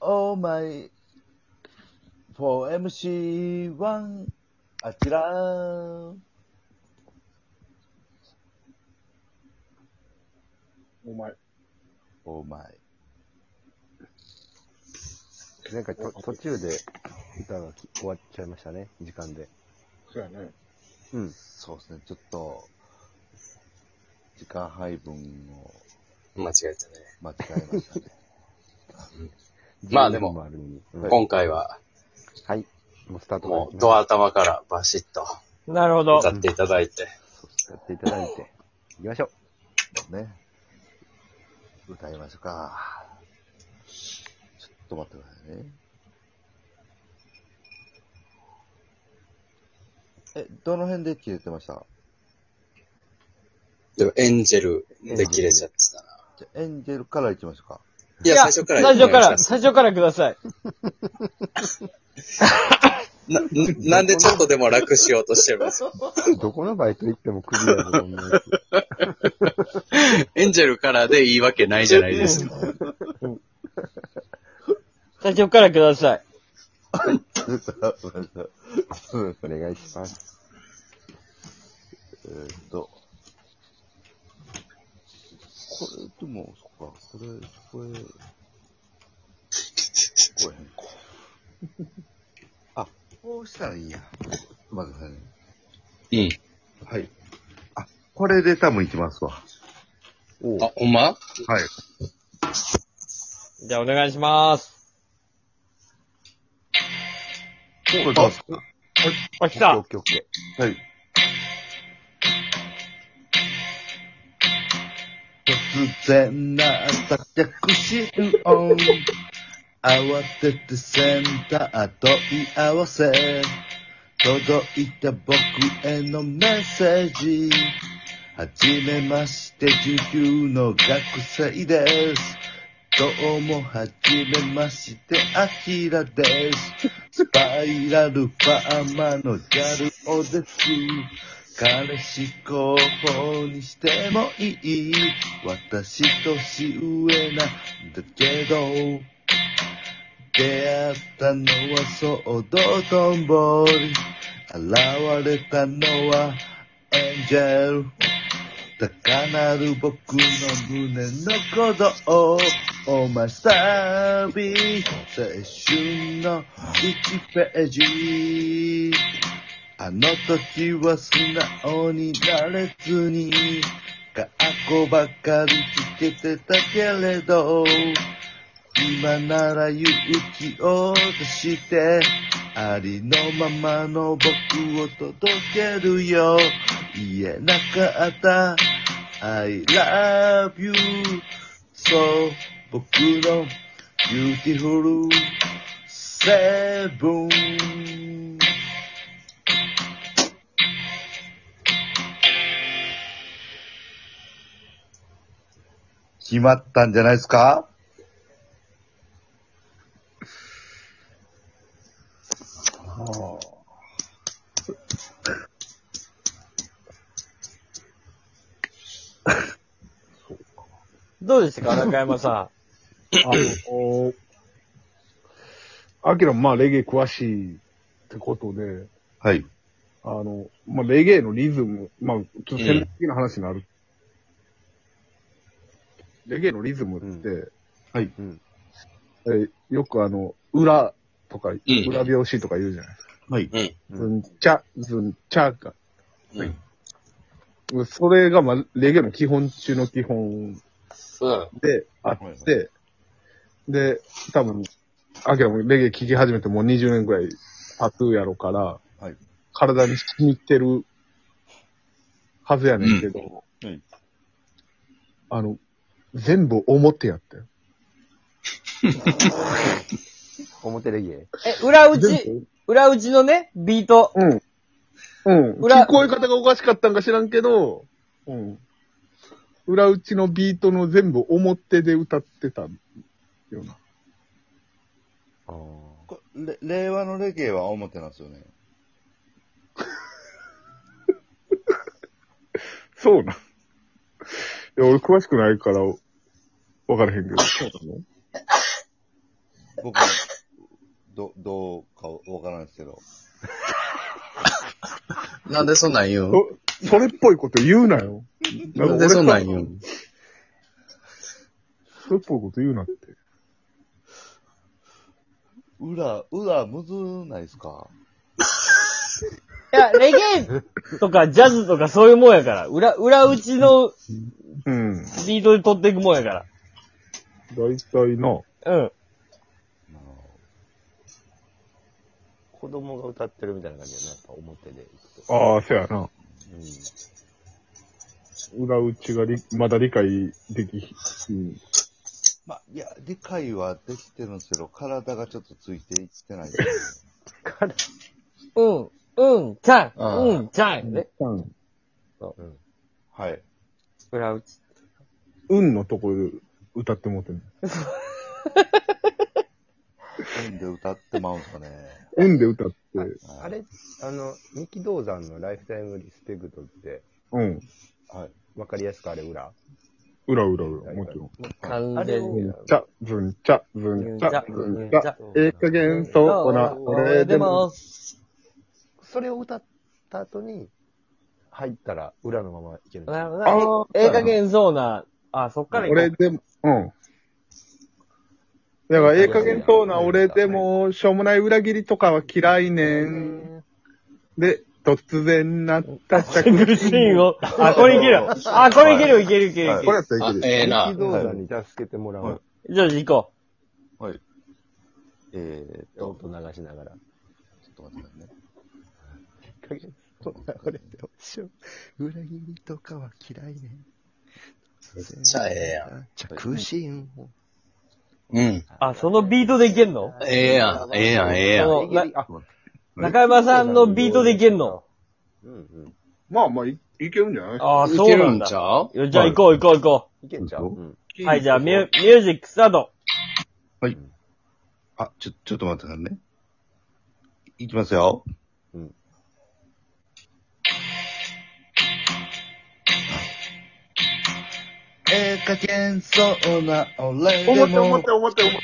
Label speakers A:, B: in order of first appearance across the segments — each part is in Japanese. A: Oh my, for MC1, あちらー。
B: お前。
A: Oh my.
C: なんかと途中で歌がき終わっちゃいましたね、時間で。
B: そうやね。
C: うん。
A: そうですね、ちょっと、時間配分を
D: 間違えたね。
A: 間違えましたね。
D: まあでも
C: 12分あるのにうん
D: 今回は、
C: はい。もうスタート
D: もう、ド
C: ア。
D: ア頭からバシッと
E: なるほど
D: 歌。っていただいて、
C: やっていただいて、行きましょう。
A: ね。 歌いましょうか。ちょっと待ってくださいね。え、どの辺で消えてました
D: でもエンジェルで切れちゃってたな。
A: じゃあエンジェルから行きましょうか。
D: いや、最初から。
E: 最初か
D: 最
E: ら、最
D: 初
E: 初からください。
D: な、ななんでちょっとでも楽しようとしてるんですか
C: どこのバイト行ってもクリアだと思うんですよ
D: エンジェルからでいいわけないじゃないですか。
E: 最初からください。
C: お願いします。
A: えーっと。これ、でも、そっか、これ、これ、これへんか。あ、こうしたらいいや。待ってくださいね。
D: うん。
A: はい。あ、これで多分行きますわ。
C: おう
D: あ、ほんま
A: はい。
E: じゃあお願いします。
A: これどうですか
E: あ、来
C: オッ
E: た。
C: ケーオッケ
A: はい。突然な着信音。慌ててセンター問い合わせ。届いた僕へのメッセージ。はじめまして、受給の学生です。どうも、はじめまして、アキラです。スパイラルファーマーのギャルオです。彼氏候補にしてもいい。私年上なんだけど。出会ったのはそう道頓堀。現れたのはエンジェル。高鳴る僕の胸の鼓動お前サービ青春の1ページあの時は素直になれずに過去ばかりつけてたけれど今なら勇気を出して、ありのままの僕を届けるよ。言えなかった。I love you. そう、僕の beautiful seven. 決まったんじゃないですか
E: どうでしたか、中山さ
F: あの、アキラもまあレゲエ詳しいってことで、
A: はい。
F: あの、まあレゲエのリズム、まあちょっと戦略的な話になる。レゲエのリズムって、
A: はい。
C: ー。うん。
F: えーよくあの、裏とか、
D: ん
F: 裏拍子とか言うじゃないですか。
A: はい。
C: うん
F: ズンチャ、ズンチャか。
D: うん。
F: それがまあレゲエの基本中の基本
D: そうだろ
F: であって、で、多分、アキラもレゲエ聴き始めてもう20年くらい経つやろから、
A: はい
F: 体に染みてるはずやねんけど、
A: うんうん
F: あの、全部表やったよ。
C: 表レゲエ。
E: ん。え、裏打
F: 全
E: ち、
F: 部
E: 裏打ちのね、ビート。
F: うん。うん。
E: 裏
F: 聞こえ方がおかしかったんか知らんけど、うん。裏打ちのビートの全部表で歌ってたような。
C: ああ。
A: これ令和のレゲエは表なんですよね。
F: そうなん。いや、俺詳しくないから、わからへんけど。そうなの
A: 僕、ど、どうかわからないですけど。
D: なんでそんなん言うん
F: そそれっぽいこと言うなよ。
D: なんでそんな
F: 俺
D: ん言う
F: が
D: ん
F: それっぽいこと言うなって。
A: 裏、裏、むずないですか
E: いや、レゲエとかジャズとかそういうもんやから。裏、裏打ちの
F: うん。
E: ビートで取っていくもんやか
F: 大体な。
E: ら。うん。
C: 子供が歌ってるみたいな感じやな、やっぱ表で行くと。
F: ああ、そやな。
C: うん。
F: 裏打ちがりまだ理解できひ、うん。
A: まあ、いや、理解はできてるんですけど、体がちょっとついていってない。
E: うん、うん、ちゃん、
D: ああ
E: うん、ちゃんね。
F: うん。
A: はい。
E: 裏打ち。
F: 運のとこで歌ってもうてんの。
A: なんで歌ってまうんすかね。
F: 運で歌って。
C: あれ、あの、三木道山のライフタイムリスペクトって、
F: うん。
A: はい。
C: わかりやすくあれ裏
F: 裏裏裏。もちろん。
E: 完全に。
F: ちゃ、ずんちゃ、ずんちゃ、ずんちゃ。ええ加減、そうな、俺
E: 俺
F: で
E: で
F: も。
E: も、
C: それを歌った後に、入ったら裏のままいけるんだよ。
F: ああ
E: ええ加減そうな、あ、そっから行こ
F: 俺でも、うん。だから、ええ加減そうな俺でも、しょうもない裏切りとかは嫌いねん。で、突然なったしゃ
E: う。グ
F: く
E: ルシーンを、あ、これいけるよ。あ、これいけるよ、いけるいけるいけ
F: これ
E: る。
F: やったら
D: あ
F: い、ける。
D: ええ
C: 三
D: な
C: 木。道山に助けてもらおう。
E: じゃあ行こ
A: えーっと、
C: 音流しながら。
A: ちょっと待ってくださいね。
C: 俺でもしょ、裏切りとかは嫌いね。
D: めっちゃええやん。
C: ん。着信を。
D: うん。
E: う。あ、そのビートでいけんの
D: ええやん。ええやん。ええや
E: そ
D: ん。
E: のな
C: あ、
E: 中山さんのビートでいけんの
C: うんうん。
F: まあまあ、いいけるんじゃない
E: ああ、
D: い
E: そ
D: け
E: うな
D: る
E: ん
D: ん
E: だ
D: ち。ゃう
E: よじゃあ行こう行こう行こ
C: いけんちゃううん。
E: う。はい、じゃあミュミュージックスタート。
A: あ、ちょ、ちょっと待ってくださいね。いきますよ。
C: うん
A: ええ加減そうな俺で
F: 表、
A: も
F: 表、表、表。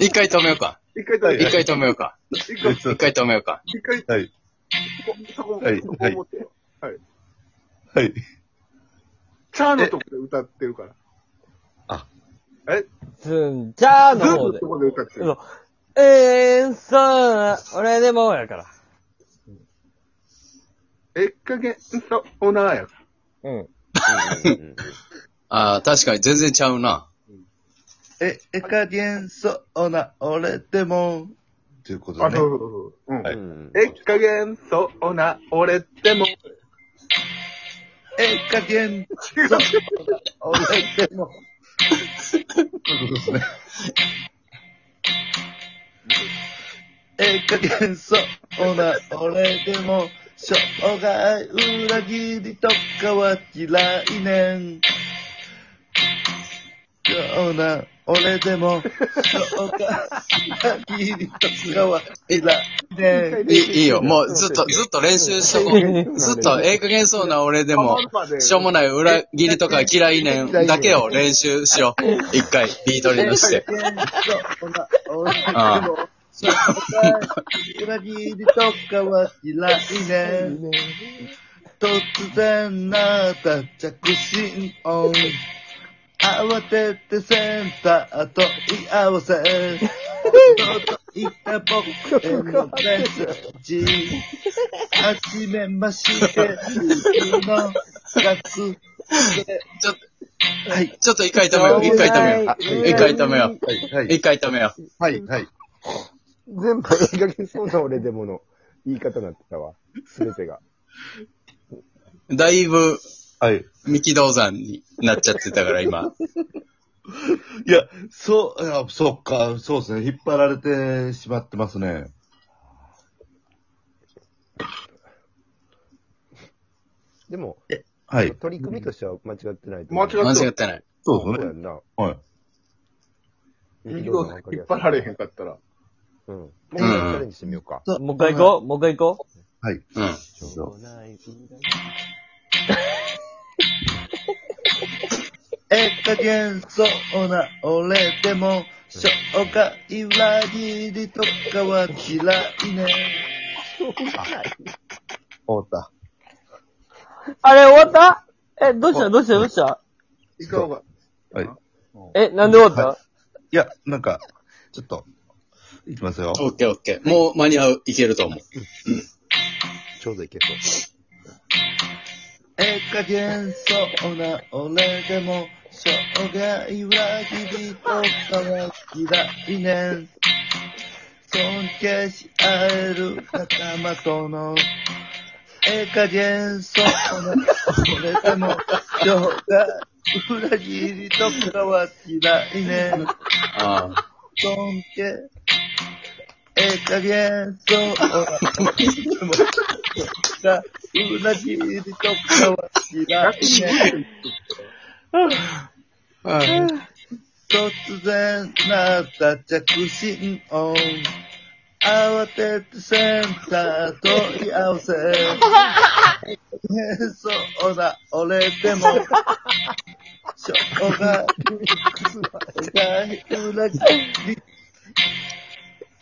D: 一回止めようか。
F: 一回だ
D: 一回止めようか。
F: 一回、
D: 一回止めようか。
F: 一回、
A: はい、
F: そこ、
A: はい
F: そこ表。
A: はい。
F: チャーのとこで歌ってるから。
E: ズン、チャー
F: ず
E: の
F: ん
E: 方
F: の
E: で
F: と。こで歌ってる。
E: そうえー、そう、俺でもやから。
F: ええ加減、そうなやから。
E: うん。
D: ああ、確かに全然ちゃうな。
A: ええ加減そうな俺でも、ということ
F: あ、
A: で
F: そう
A: ね。
F: そうそうそう。うん。
A: はい
C: うん
F: ええ加減、そうな俺でも。
A: ええ加減そうな俺でも。ということですね。ええ加減そうな俺でも、しょうがい裏切りとかは嫌いねん。そうな俺でも、しょうがい裏切りとかは嫌いねん。
D: いいいよ。もうずっと、ずっと練習しとこう。ずっと、ええ加減そうな俺でも、しょうもない裏切りとか嫌いねんだけを練習しよう。一回、ビートに乗して。ああ
A: 裏切りとかは嫌いね。突然なった着信音。慌ててセンターと言い合わせ。届いた僕へのメッセージ。はじめまして、 君の活
D: ちょっと、
A: はい。
D: ちょっと一回止めよう。一回止めよう。一回止めよ
A: はい、は
D: う。一回止めよう。
A: はい、はい。
C: 全部映画にそうな俺でもの言い方になってたわ。すべてが。
D: だいぶ、
A: はい。
D: 三木道山になっちゃってたから、今。
A: いや、そう、いやそっか、そうですね。引っ張られてしまってますね。
C: でも、
A: はい。
C: 取り組みとしては間違ってないと
F: 間
C: 思う。
F: 違
D: 間違ってない。
A: そう
C: そう
A: です
C: や
A: ね。
C: んな。
A: はい。
F: 右を引っ張られへんかったら。
C: うん。もう一回チャレンジしてみようか。
E: もう一回行こう、もう一回行こ
A: はい。
D: うん。
A: そう
C: ない。
A: ええ加減そうな俺でも、生涯裏切りとかは嫌いね。終わった。
E: あれ終わったえ、どうしたどうしたどうした
B: 行かうが。
A: はい。
E: え、なんで終わっ
A: いや、なんか、ちょっと、いきますよ。
D: オッケーオッケー。もう間に合う、いけると思う。
A: ちょうどいけそう。ええ加減そうな俺でも、生涯裏切りとかは嫌いね。尊敬し合える仲間との、ええ加減そうな俺でも、生涯裏切りとかは嫌いね。
D: ああ。
A: 尊敬。ええ加減そう。でも、が、うなぎりとかは嫌いね。突然なった着信音。慌ててセンター問い合わせ。変そうな俺でも、しょうが、 ない裏切り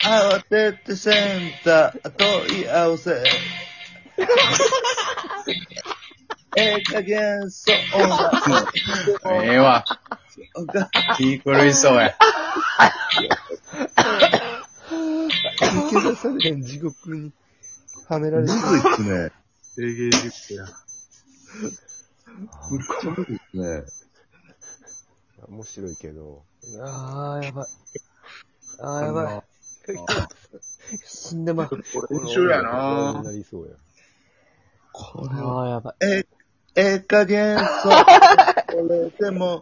A: 慌ててセンター問い合わせ。ええ加減そうな。
D: ええわ。気狂いそうや。
F: 抜け出されへん地獄に。
C: はめられてる。
A: むずいっすね。
F: えげ地獄や。
A: むっちゃむずいっすね。
C: 面白いけど。
E: たあー、やばい。あ
F: あ
E: ー、やばい。 死んでまう。
F: 一緒やな
C: なりそうや。
E: あー、やばい。
A: え、ええ加減そう。俺でも、